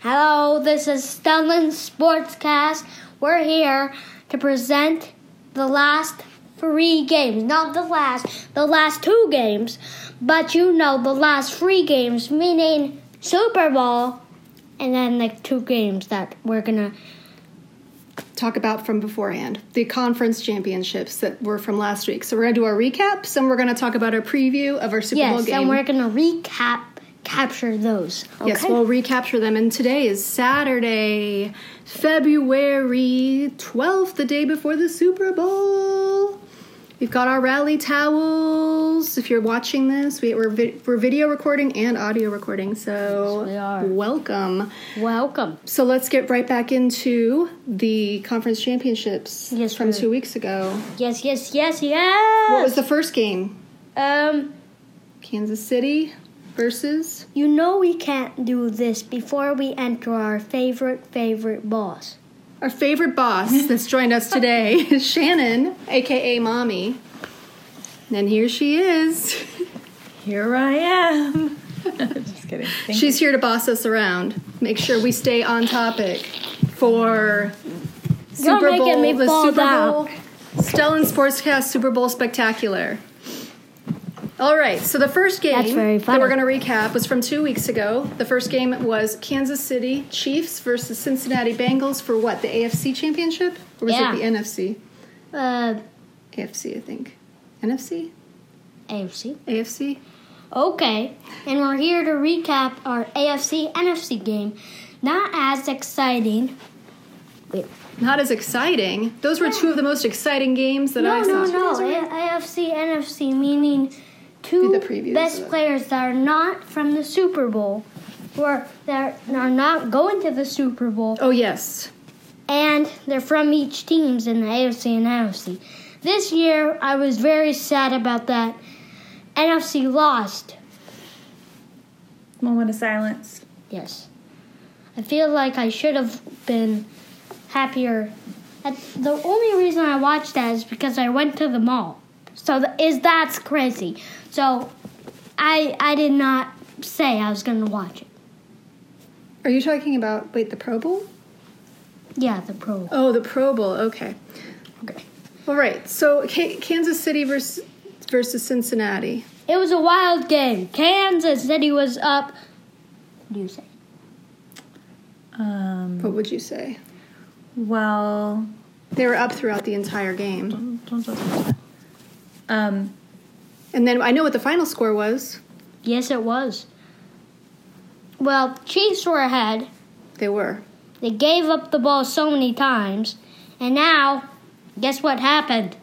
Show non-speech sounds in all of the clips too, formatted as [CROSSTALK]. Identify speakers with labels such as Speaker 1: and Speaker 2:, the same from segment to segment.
Speaker 1: Hello, this is Stellan Sportscast. We're here to present the last three games. Not the last, the last two games, but you know, the last three games, meaning Super Bowl and then the two games that we're gonna.
Speaker 2: talk about from beforehand the conference championships that were from last week. So we're going to do our recaps and we're going to talk about our preview of our Super Bowl
Speaker 1: Yes,
Speaker 2: game.
Speaker 1: and we're gonna recap, capture those. Okay.
Speaker 2: Yes, we'll recapture them. And today is Saturday, February 12th, the day before the Super Bowl. We've got our rally towels. If you're watching this, we, we're, vi- we're video recording and audio recording. So,
Speaker 1: Yes, we are.
Speaker 2: welcome.
Speaker 1: Welcome.
Speaker 2: So, let's get right back into the conference championships
Speaker 1: Yes,
Speaker 2: from
Speaker 1: we're-
Speaker 2: two weeks ago.
Speaker 1: Yes, yes, yes, yes.
Speaker 2: What was the first game?
Speaker 1: um?
Speaker 2: Kansas City versus.
Speaker 1: You know we can't do this before we enter our favorite favorite boss.
Speaker 2: Our favorite boss that's joined us today [LAUGHS] is Shannon, aka Mommy. And here she is. [LAUGHS]
Speaker 3: Here I am. Just kidding. Thank
Speaker 2: She's here to boss us around, make sure we stay on topic for Super
Speaker 1: making
Speaker 2: Bowl,
Speaker 1: me
Speaker 2: the
Speaker 1: fall
Speaker 2: Super
Speaker 1: down.
Speaker 2: Bowl, Stellan Sportscast Super Bowl Spectacular. All right, so the first game
Speaker 1: That's very
Speaker 2: that we're
Speaker 1: funny.
Speaker 2: going to recap was from two weeks ago. The first game was Kansas City Chiefs versus Cincinnati Bengals for what, the AFC Championship? Or was
Speaker 1: Yeah.
Speaker 2: it the NFC?
Speaker 1: Uh,
Speaker 2: AFC, I think. NFC?
Speaker 1: AFC.
Speaker 2: AFC?
Speaker 1: Okay, and we're here to recap our AFC NFC game. Not as exciting. Wait.
Speaker 2: Not as exciting. Those were two of the most exciting games that
Speaker 1: No,
Speaker 2: I
Speaker 1: no,
Speaker 2: saw.
Speaker 1: no. A- AFC NFC meaning
Speaker 2: Do
Speaker 1: two
Speaker 2: the previews uh.
Speaker 1: best
Speaker 2: of it.
Speaker 1: players that are not from the Super Bowl, or that are not going to the Super Bowl.
Speaker 2: Oh, yes.
Speaker 1: and they're from each teams in the AFC and NFC. This year, I was very sad about that. NFC lost.
Speaker 3: you. Moment of silence.
Speaker 1: Yes, I feel like I should have been happier. That- The only reason I watched that is because I went to the mall. So th- is that's crazy. So I I did not say I was going to watch it.
Speaker 2: Are you talking about, wait, the Pro Bowl?
Speaker 1: Yeah, the pro.
Speaker 2: Oh, the Pro Bowl. Okay.
Speaker 1: Okay.
Speaker 2: All right. So K- Kansas City versus, versus Cincinnati.
Speaker 1: It was a wild game. Kansas City was up. What do you say?
Speaker 3: Um,
Speaker 2: What would you say?
Speaker 3: well,
Speaker 2: They were up throughout the entire game.
Speaker 3: um,
Speaker 2: And then I know what the final score was.
Speaker 1: Yes, it was. Well, Chiefs were ahead.
Speaker 2: They were.
Speaker 1: They gave up the ball so many times. And now, guess what happened?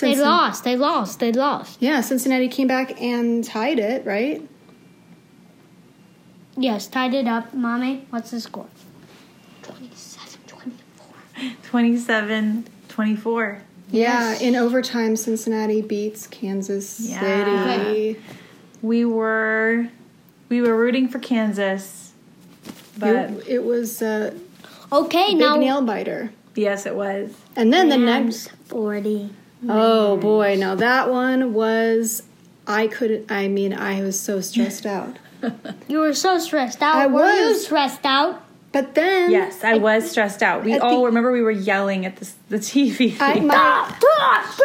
Speaker 1: They
Speaker 2: Cincin-
Speaker 1: lost. They lost. They lost.
Speaker 2: Yeah, Cincinnati came back and tied it, right?
Speaker 1: Yes, tied it up. Mommy, what's the score? 27 24.
Speaker 3: 27 24.
Speaker 2: Yeah, in overtime, Cincinnati beats Kansas
Speaker 3: Yeah.
Speaker 2: City.
Speaker 3: We were we were rooting for Kansas, but
Speaker 2: it, it was a
Speaker 1: Okay,
Speaker 2: big
Speaker 1: now.
Speaker 2: nail biter.
Speaker 3: yes, it was.
Speaker 2: And then the
Speaker 1: Rams
Speaker 2: next,
Speaker 1: 40.
Speaker 2: oh boy, now that one was, I couldn't. I mean, I was
Speaker 1: [LAUGHS]
Speaker 2: so stressed out.
Speaker 1: You were so stressed out.
Speaker 2: I
Speaker 1: were you
Speaker 2: was.
Speaker 1: stressed out?
Speaker 2: But then,
Speaker 3: Yes, I was stressed out. We
Speaker 2: At
Speaker 3: all
Speaker 2: the-
Speaker 3: remember we were yelling at the, s- the TV.
Speaker 1: [LAUGHS]
Speaker 2: I, my,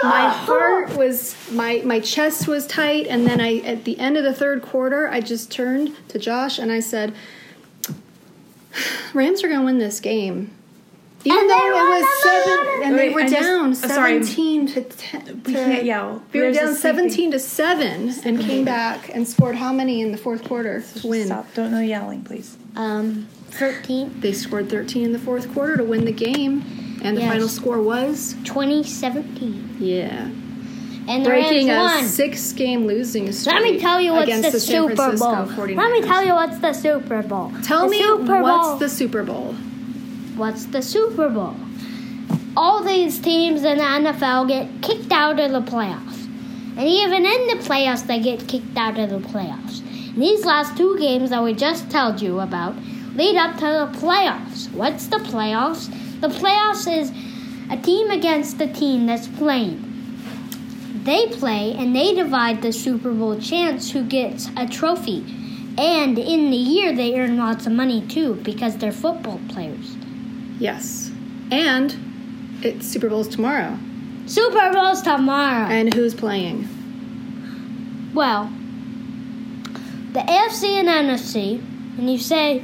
Speaker 2: my heart was my my chest was tight, and then I at the end of the third quarter, I just turned to Josh and I said, "Rams are going to win this game." Even
Speaker 1: And they won
Speaker 2: though it was
Speaker 1: the money
Speaker 2: seven,
Speaker 1: order.
Speaker 2: and
Speaker 3: Wait,
Speaker 2: they were
Speaker 3: I just-
Speaker 2: down
Speaker 3: I'm sorry.
Speaker 2: seventeen to ten.
Speaker 3: We
Speaker 2: to-
Speaker 3: can't yell.
Speaker 2: We were
Speaker 3: There's
Speaker 2: down
Speaker 3: this sleeping-
Speaker 2: seventeen to seven and came back and scored how many in the fourth quarter to win?
Speaker 3: Stop. Don't know yelling, please.
Speaker 1: Um, 13,
Speaker 2: They scored thirteen in the fourth quarter to win the game, and the
Speaker 1: Yes.
Speaker 2: final score was
Speaker 1: 20, 17.
Speaker 2: yeah.
Speaker 1: And the
Speaker 2: breaking a
Speaker 1: Rams won.
Speaker 2: six-game losing streak.
Speaker 1: Let me tell you what's
Speaker 2: against
Speaker 1: the,
Speaker 2: San
Speaker 1: Super
Speaker 2: Francisco
Speaker 1: Bowl.
Speaker 2: 49ers.
Speaker 1: Let me tell you what's the Super Bowl.
Speaker 2: Tell
Speaker 1: The
Speaker 2: me
Speaker 1: Super
Speaker 2: what's
Speaker 1: Bowl.
Speaker 2: the Super Bowl?
Speaker 1: what's the Super Bowl? All these teams in the NFL get kicked out of the playoffs, and even in the playoffs, they get kicked out of the playoffs. And these last two games that we just told you about lead up to the playoffs. What's the playoffs? The playoffs is a team against the team that's playing. They play and they divide the Super Bowl chance who gets a trophy. And in the year, they earn lots of money too because they're football players.
Speaker 2: Yes. And it's Super Bowl's tomorrow.
Speaker 1: Super Bowl's tomorrow.
Speaker 2: And who's playing?
Speaker 1: Well, the AFC and NFC, and you say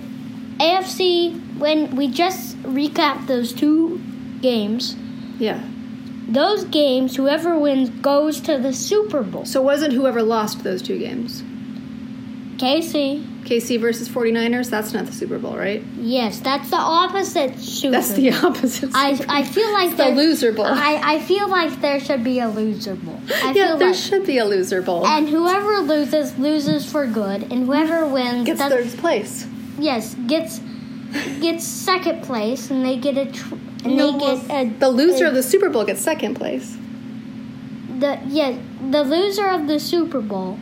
Speaker 1: AFC, when we just recap those two games,
Speaker 2: Yeah.
Speaker 1: those games, whoever wins goes to the Super Bowl.
Speaker 2: So it wasn't whoever lost those two games.
Speaker 1: Casey,
Speaker 2: KC versus 49ers, that's not the Super Bowl, right?
Speaker 1: yes, that's the opposite Super
Speaker 2: That's the [LAUGHS] opposite.
Speaker 1: I, I feel like
Speaker 2: the
Speaker 1: there-
Speaker 2: loser bowl. [LAUGHS]
Speaker 1: I, I feel like there should be a loser bowl. I
Speaker 2: yeah,
Speaker 1: feel
Speaker 2: there
Speaker 1: like,
Speaker 2: should be a loser bowl.
Speaker 1: and whoever loses loses for good, and whoever wins
Speaker 2: Gets
Speaker 1: does-
Speaker 2: third place.
Speaker 1: yes gets gets second place, and they get a tr- and
Speaker 3: No,
Speaker 1: they
Speaker 3: well,
Speaker 1: get a
Speaker 2: The loser of the Super Bowl gets second place.
Speaker 1: the yeah the loser of the Super Bowl.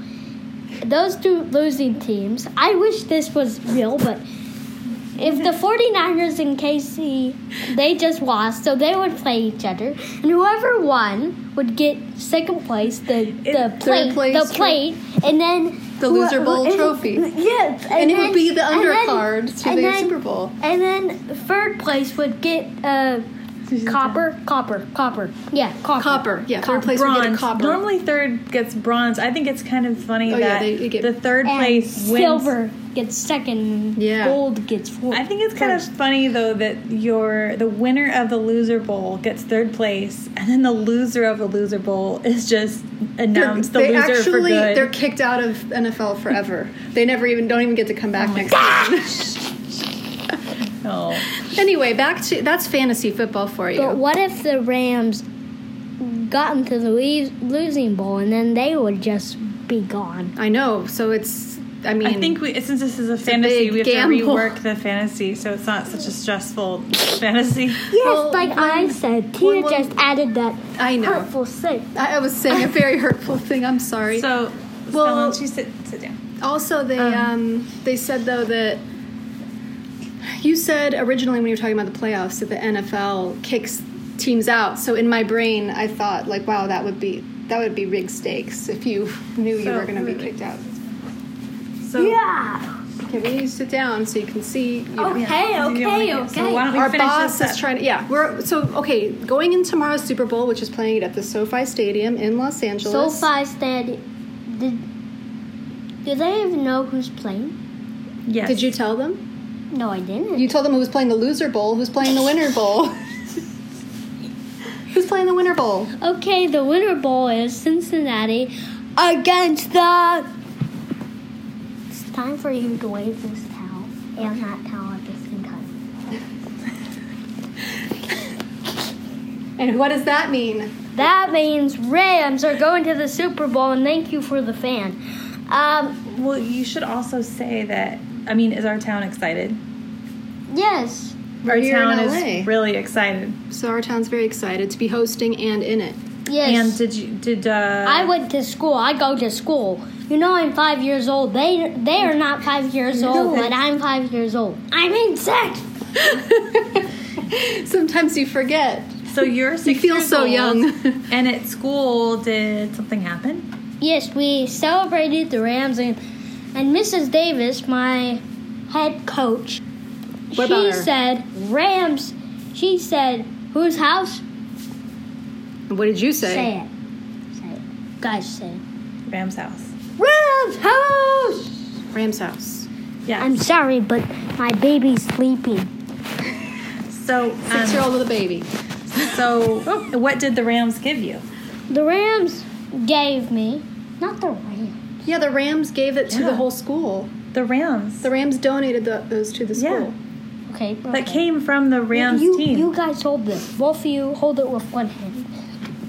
Speaker 1: Those two losing teams. I wish this was real, but if the 49ers and KC they just lost, so they would play each other, and whoever won would get second place, the the plate,
Speaker 2: third place
Speaker 1: the
Speaker 2: tro-
Speaker 1: plate, and then
Speaker 2: The loser bowl trophy.
Speaker 1: Yes, and,
Speaker 2: And, it
Speaker 1: then-
Speaker 2: would be the
Speaker 1: and then-
Speaker 2: undercard to
Speaker 1: and
Speaker 2: the
Speaker 1: then-
Speaker 2: Super Bowl.
Speaker 1: And then third place would get uh, copper, copper, copper. Yeah, copper.
Speaker 2: Copper. Yeah, third place would get a
Speaker 3: Bronze.
Speaker 2: copper.
Speaker 3: Normally, third gets bronze. I think it's kind of funny
Speaker 2: Oh, yeah,
Speaker 3: that
Speaker 2: they- they get-
Speaker 3: the third
Speaker 1: And
Speaker 3: place wins.
Speaker 1: silver gets second.
Speaker 2: Yeah.
Speaker 1: Gold gets fourth.
Speaker 3: I think it's kind of funny though that your the winner of the loser bowl gets third place, and then the loser of the loser bowl is just
Speaker 2: They're-
Speaker 3: announced the
Speaker 2: they
Speaker 3: loser
Speaker 2: actually
Speaker 3: for good.
Speaker 2: they're kicked out of NFL
Speaker 3: [LAUGHS]
Speaker 2: forever. they never even don't even get to come back next season.
Speaker 3: Oh.
Speaker 2: [LAUGHS] anyway, back to that's fantasy football for you.
Speaker 1: But what if the Rams got into the le- losing bowl and then they would just be gone?
Speaker 2: I know. So it's I mean
Speaker 3: I think we, since this is a fantasy,
Speaker 2: big
Speaker 3: we have to
Speaker 2: gamble.
Speaker 3: rework the fantasy so it's not such a stressful fantasy.
Speaker 1: Yes,
Speaker 2: Well,
Speaker 1: like I said, Tia
Speaker 2: when- when-
Speaker 1: just added that
Speaker 2: I know.
Speaker 1: hurtful six.
Speaker 2: I, I was saying a very hurtful thing. I'm sorry.
Speaker 3: So,
Speaker 2: Well-
Speaker 3: well, she sit sit down.
Speaker 2: also, they um, they said though that you said originally when you were talking about the playoffs that the NFL kicks teams out. So in my brain, I thought like, wow, that would be that would be rig stakes if you [LAUGHS] knew you
Speaker 3: So-
Speaker 2: were going to be kicked out.
Speaker 3: So
Speaker 1: Yeah.
Speaker 2: Okay, we need to sit down so you can see. you know.
Speaker 1: Okay,
Speaker 3: Do you wanna
Speaker 1: okay,
Speaker 3: do-
Speaker 1: okay.
Speaker 3: So why don't Oh, we
Speaker 2: Our
Speaker 3: finish
Speaker 2: boss
Speaker 3: this
Speaker 2: is
Speaker 3: up?
Speaker 2: trying to. Yeah, we're so okay. Going in tomorrow's Super Bowl, which is playing at the SoFi Stadium in Los
Speaker 1: So
Speaker 2: Angeles.
Speaker 1: far, Dad, did do they even know who's playing?
Speaker 3: Yes.
Speaker 2: Did you tell them?
Speaker 1: No, I didn't.
Speaker 2: You told them who was playing the loser bowl, who's playing the winner bowl. [LAUGHS] who's playing the winner bowl?
Speaker 1: okay, the winner bowl is Cincinnati against the. It's time for you to wave this towel and that towel at the same time.
Speaker 2: And what does that mean?
Speaker 1: That means Rams are going to the Super Bowl, and thank you for the fan. Um,
Speaker 3: Well, you should also say that. I mean, is our town excited?
Speaker 1: yes,
Speaker 2: We're
Speaker 3: our
Speaker 2: here in
Speaker 3: town
Speaker 2: LA.
Speaker 3: is really excited.
Speaker 2: So our town's very excited to be hosting and in it.
Speaker 1: yes.
Speaker 3: And did you did uh,
Speaker 1: I went to school. I go to school. You know, I'm five years old. They they are not five years old, but I'm five years old. I mean six.
Speaker 2: [LAUGHS] Sometimes you forget.
Speaker 3: So you're six
Speaker 2: You feel
Speaker 3: years
Speaker 2: so
Speaker 3: old,
Speaker 2: young.
Speaker 3: and at school, did something happen?
Speaker 1: Yes, we celebrated the Rams and and Mrs. Davis, my head coach.
Speaker 2: What
Speaker 1: she
Speaker 2: about her?
Speaker 1: said Rams. She said whose house?
Speaker 2: [LAUGHS] what did you say?
Speaker 1: Say it. Say it. Guys, say it.
Speaker 3: Ram's house.
Speaker 1: Rams house.
Speaker 2: Ram's house.
Speaker 3: Yeah.
Speaker 1: I'm sorry, but my baby's sleeping.
Speaker 3: so
Speaker 2: Six year
Speaker 3: um,
Speaker 2: old little baby.
Speaker 3: so what did the Rams give you?
Speaker 1: The Rams gave me not the Rams.
Speaker 2: Yeah, the Rams gave it to
Speaker 3: Yeah.
Speaker 2: the whole school.
Speaker 3: The Rams
Speaker 2: The Rams donated the, those to the
Speaker 3: Yeah.
Speaker 2: school.
Speaker 1: Okay. okay.
Speaker 3: that came from the Rams
Speaker 1: you,
Speaker 3: team.
Speaker 1: You guys hold this. Both of you hold it with one hand.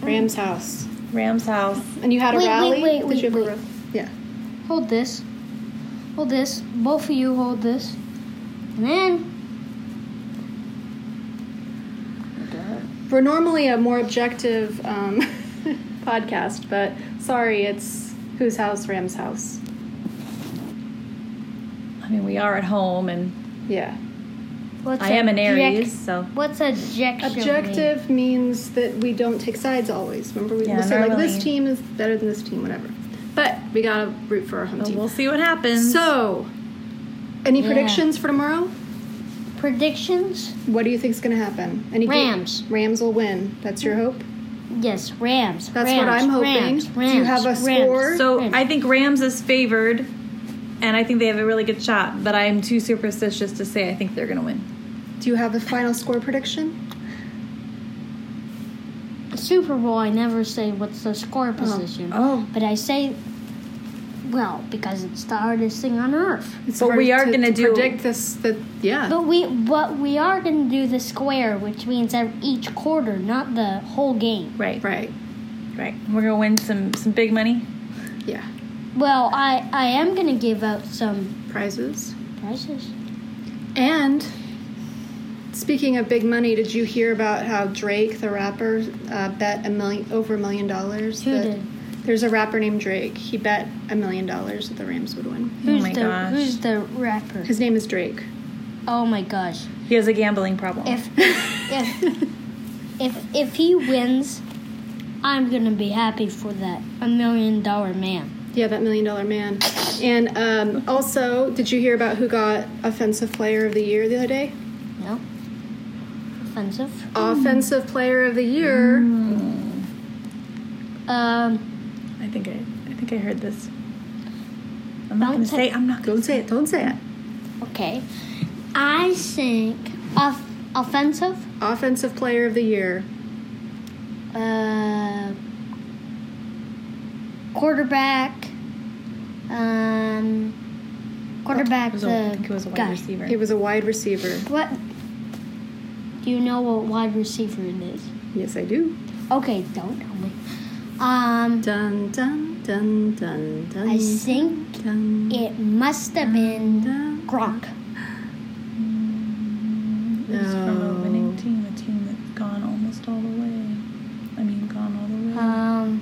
Speaker 2: Ram's house.
Speaker 3: Rams house.
Speaker 2: And you had a
Speaker 1: Wait, wait,
Speaker 2: rally?
Speaker 1: wait,
Speaker 2: Did
Speaker 1: wait,
Speaker 2: you have a
Speaker 1: wait.
Speaker 2: ra- Yeah.
Speaker 1: Hold this. Hold this. Both of you hold this. And then.
Speaker 2: We're normally a more objective um, [LAUGHS] podcast, but sorry, it's whose house? Ram's house.
Speaker 3: I mean, we are at home, and
Speaker 2: Yeah.
Speaker 1: What's
Speaker 3: I am an
Speaker 1: object-
Speaker 3: Aries, so
Speaker 1: What's objection? mean?
Speaker 2: Objective means that we don't take sides always. Remember, we
Speaker 3: Yeah,
Speaker 2: will say, like,
Speaker 3: normally-
Speaker 2: this team is better than this team, whatever. But We gotta root for our home
Speaker 3: But
Speaker 2: team.
Speaker 3: we'll see what happens.
Speaker 2: So, any
Speaker 1: Yeah.
Speaker 2: predictions for tomorrow?
Speaker 1: Predictions?
Speaker 2: What do you think's going to happen? Any ga-
Speaker 1: Rams.
Speaker 2: Rams will win. That's your hope.
Speaker 1: Yes, Rams.
Speaker 2: That's
Speaker 1: Rams,
Speaker 2: what I'm hoping.
Speaker 1: Rams,
Speaker 2: Do you have a
Speaker 1: Rams,
Speaker 2: score?
Speaker 3: So I think Rams is favored, and I think they have a really good shot. But I'm too superstitious to say I think they're going to win.
Speaker 2: Do you have a final score prediction?
Speaker 1: Super Bowl, I never say what's the score position.
Speaker 3: Oh.
Speaker 1: But I say, well, because it's the hardest thing on earth.
Speaker 2: It's
Speaker 3: But
Speaker 2: hard
Speaker 3: we are
Speaker 2: to-
Speaker 3: gonna
Speaker 2: to
Speaker 3: do-
Speaker 2: predict this. That yeah.
Speaker 1: But we, but we are going to do the square, which means ev- each quarter, not the whole game.
Speaker 3: Right, right.
Speaker 2: Right.
Speaker 3: We're going to win some some big money.
Speaker 2: Yeah.
Speaker 1: Well, I, I am going to give out some
Speaker 2: Prizes.
Speaker 1: prizes.
Speaker 2: And speaking of big money, did you hear about how Drake, the rapper, uh, bet a million over a million dollars?
Speaker 1: Who
Speaker 2: that-
Speaker 1: did?
Speaker 2: There's a rapper named Drake. He bet a million dollars that the Rams would win.
Speaker 1: Who's
Speaker 3: Oh my
Speaker 1: the
Speaker 3: gosh.
Speaker 1: Who's the rapper?
Speaker 2: His name is Drake.
Speaker 1: Oh my gosh!
Speaker 3: He has a gambling problem.
Speaker 1: If if if if he wins, I'm gonna be happy for that a million dollar man.
Speaker 2: Yeah, that million dollar man. And um, also, did you hear about who got offensive player of the year the other day?
Speaker 1: No, offensive.
Speaker 2: Offensive player of the year.
Speaker 1: Um,
Speaker 3: I think I I think I heard this.
Speaker 1: Don't
Speaker 3: I'm not going to
Speaker 1: say-
Speaker 3: say. I'm not going
Speaker 2: Don't say it. Don't say it.
Speaker 1: okay. I think off- offensive.
Speaker 2: Offensive player of the year.
Speaker 1: Uh, quarterback. Um, quarterback.
Speaker 3: It was a- I think it was a
Speaker 1: The
Speaker 3: wide
Speaker 1: guy.
Speaker 3: receiver.
Speaker 2: It was a wide receiver.
Speaker 1: What? Do you know what wide receiver it is?
Speaker 2: Yes, I do.
Speaker 1: Okay, don't tell me. Um,
Speaker 2: Dun dun dun dun dun.
Speaker 1: I think
Speaker 2: Dun,
Speaker 1: it must have been
Speaker 2: dun.
Speaker 1: Gronk.
Speaker 3: It was from a
Speaker 2: No.
Speaker 3: winning team, a team that's gone almost all the way. I mean, gone all the way.
Speaker 1: Um,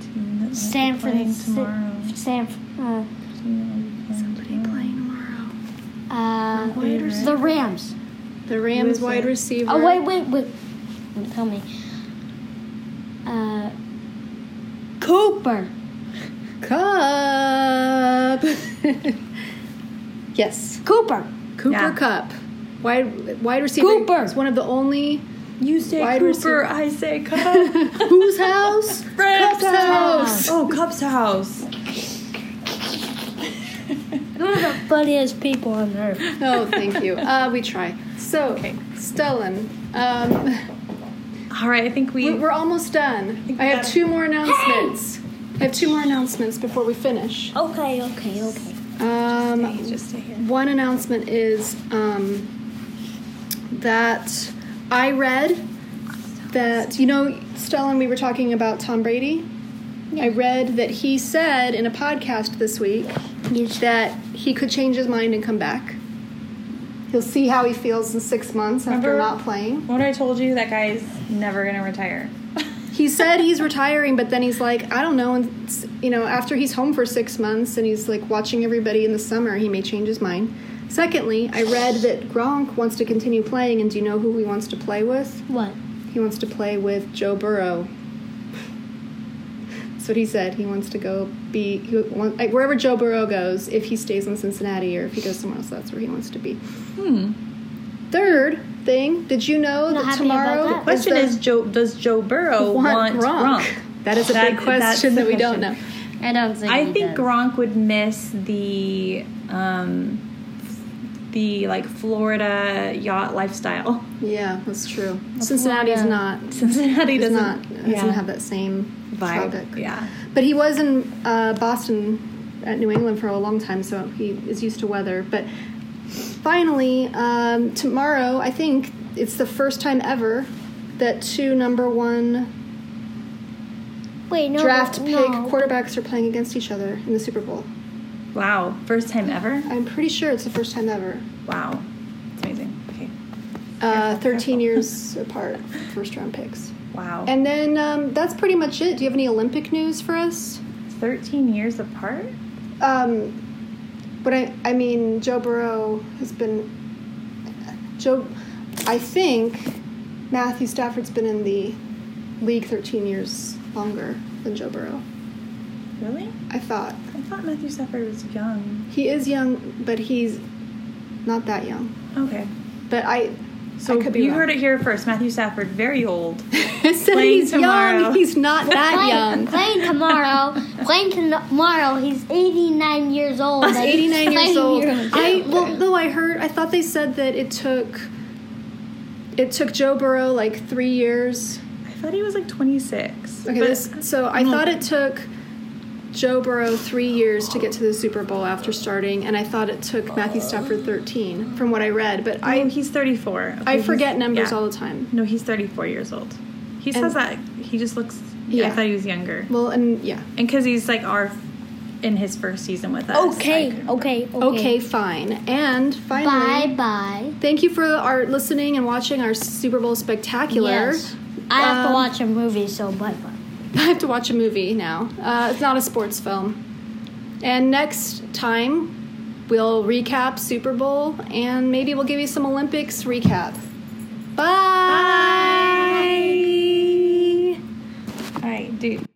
Speaker 3: team that might be
Speaker 1: San
Speaker 3: playing
Speaker 1: Francisco.
Speaker 3: tomorrow.
Speaker 1: San. Uh,
Speaker 3: Team that might be playing tomorrow.
Speaker 2: Playing tomorrow.
Speaker 1: uh,
Speaker 2: Wide
Speaker 1: the Rams.
Speaker 2: The Rams
Speaker 3: Who's
Speaker 2: wide
Speaker 3: it?
Speaker 2: receiver.
Speaker 1: Oh wait, wait, wait. Don't Tell me. Uh, Cooper. [LAUGHS]
Speaker 2: Cup. yes,
Speaker 1: Cooper.
Speaker 2: Cooper
Speaker 3: Yeah.
Speaker 2: Cup. Wide wide receiver.
Speaker 1: Cooper.
Speaker 2: is one of the only
Speaker 3: You say
Speaker 2: Wide
Speaker 3: Cooper,
Speaker 2: receiver.
Speaker 3: I say Cup.
Speaker 2: whose house?
Speaker 3: Friends'
Speaker 2: Cup's
Speaker 1: house.
Speaker 2: house.
Speaker 3: oh, Cup's house.
Speaker 1: One of the funniest people on earth.
Speaker 2: Oh, thank you. Uh, we try. So, Stellan, um,
Speaker 3: All right, I think we.
Speaker 2: we're, we're almost done. I have two more announcements. I have two more announcements before we finish.
Speaker 1: [LAUGHS] Okay, okay, okay.
Speaker 2: Um,
Speaker 3: Hey, just stay here.
Speaker 2: One announcement is um, that I read that, you know, Stellan, we were talking about Tom Brady. I read that he said in a podcast this week
Speaker 1: Yes.
Speaker 2: that he could change his mind and come back. He'll see how he feels in six months after
Speaker 3: Remember-
Speaker 2: not playing.
Speaker 3: What I told you, that guy's never gonna retire. [LAUGHS]
Speaker 2: He said he's retiring, but then he's like, I don't know. And, s- you know, after he's home for six months and he's like watching everybody in the summer, he may change his mind. Secondly, I read that Gronk wants to continue playing, and do you know who he wants to play with?
Speaker 1: What?
Speaker 2: He wants to play with Joe Burrow. That's what he said. He wants to go be he want, like, wherever Joe Burrow goes. If he stays in Cincinnati or if he goes somewhere else, that's where he wants to be.
Speaker 3: Hmm.
Speaker 2: Third thing, did you know
Speaker 1: Not
Speaker 2: that
Speaker 1: happy about
Speaker 2: tomorrow?
Speaker 1: that.
Speaker 2: is
Speaker 3: Question
Speaker 2: the-
Speaker 3: is, Joe, does Joe Burrow
Speaker 2: want
Speaker 3: want,
Speaker 2: Gronk? That is a big
Speaker 3: That- that's
Speaker 2: question
Speaker 3: the
Speaker 2: that we don't know.
Speaker 3: question.
Speaker 1: I don't think.
Speaker 3: I
Speaker 1: he
Speaker 3: think
Speaker 1: does.
Speaker 3: Gronk would miss the um, the like Florida yacht lifestyle. [LAUGHS]
Speaker 2: Yeah, that's true. Cincinnati's
Speaker 1: Florida.
Speaker 2: not
Speaker 3: Cincinnati
Speaker 2: does
Speaker 3: doesn't
Speaker 2: not doesn't
Speaker 3: yeah,
Speaker 2: have that same
Speaker 3: vibe.
Speaker 2: topic.
Speaker 3: Yeah,
Speaker 2: But he was in uh, Boston at New England for a long time, so he is used to weather. But finally, um, tomorrow, I think it's the first time ever that two number one
Speaker 1: Wait, no,
Speaker 2: draft
Speaker 1: no,
Speaker 2: pick
Speaker 1: no.
Speaker 2: quarterbacks are playing against each other in the Super Bowl.
Speaker 3: wow, first time ever.
Speaker 2: I'm pretty sure it's the first time ever.
Speaker 3: Wow, it's amazing. Okay,
Speaker 2: Uh, 13 years apart, first round picks.
Speaker 3: wow,
Speaker 2: And then um, that's pretty much it. Do you have any Olympic news for us?
Speaker 3: thirteen years apart.
Speaker 2: Um, but I, I mean, Joe Burrow has been, Joe, I think Matthew Stafford's been in the league 13 years longer than Joe Burrow.
Speaker 3: Really?
Speaker 2: I thought.
Speaker 3: I thought Matthew Stafford was young.
Speaker 2: He is young, but he's not that young.
Speaker 3: Okay.
Speaker 2: But I
Speaker 3: So
Speaker 2: I could be
Speaker 3: you
Speaker 2: wrong.
Speaker 3: heard it here first. Matthew Stafford, very old.
Speaker 2: I [LAUGHS] said
Speaker 3: Playing
Speaker 2: he's
Speaker 3: tomorrow.
Speaker 2: young. He's not that
Speaker 1: Playing,
Speaker 2: young.
Speaker 1: playing tomorrow. playing tomorrow. He's 89 years old.
Speaker 2: He's 89
Speaker 1: [LAUGHS]
Speaker 2: years old. I
Speaker 1: I
Speaker 2: well, though I heard, I thought they said that it took it took Joe Burrow like three years.
Speaker 3: [LAUGHS] I thought he was like 26.
Speaker 2: Okay,
Speaker 3: but
Speaker 2: this, so I thought it took Joe Burrow three years to get to the Super Bowl after starting, and I thought it took Matthew Stafford 13 from what I read. But
Speaker 3: I,
Speaker 1: Oh,
Speaker 2: I
Speaker 3: Oh, he's 34.
Speaker 2: I forget numbers
Speaker 3: all the time.
Speaker 2: all the time.
Speaker 3: No, he's 34 years old. He says that he just looks. Yeah, I
Speaker 2: Yeah.
Speaker 3: thought he was younger,
Speaker 2: Well, and yeah.
Speaker 3: and because he's like our in his first season with us.
Speaker 1: Okay, okay, okay.
Speaker 2: Okay, fine. And finally,
Speaker 1: Bye bye.
Speaker 2: thank you for our listening and watching our Super Bowl spectacular.
Speaker 1: Yes. I have to
Speaker 2: Um,
Speaker 1: watch a movie, so bye bye.
Speaker 2: [LAUGHS] I have to watch a movie now. Uh, it's not a sports film. And next time, we'll recap Super Bowl and maybe we'll give you some Olympics recap. Bye.
Speaker 3: All right, dude.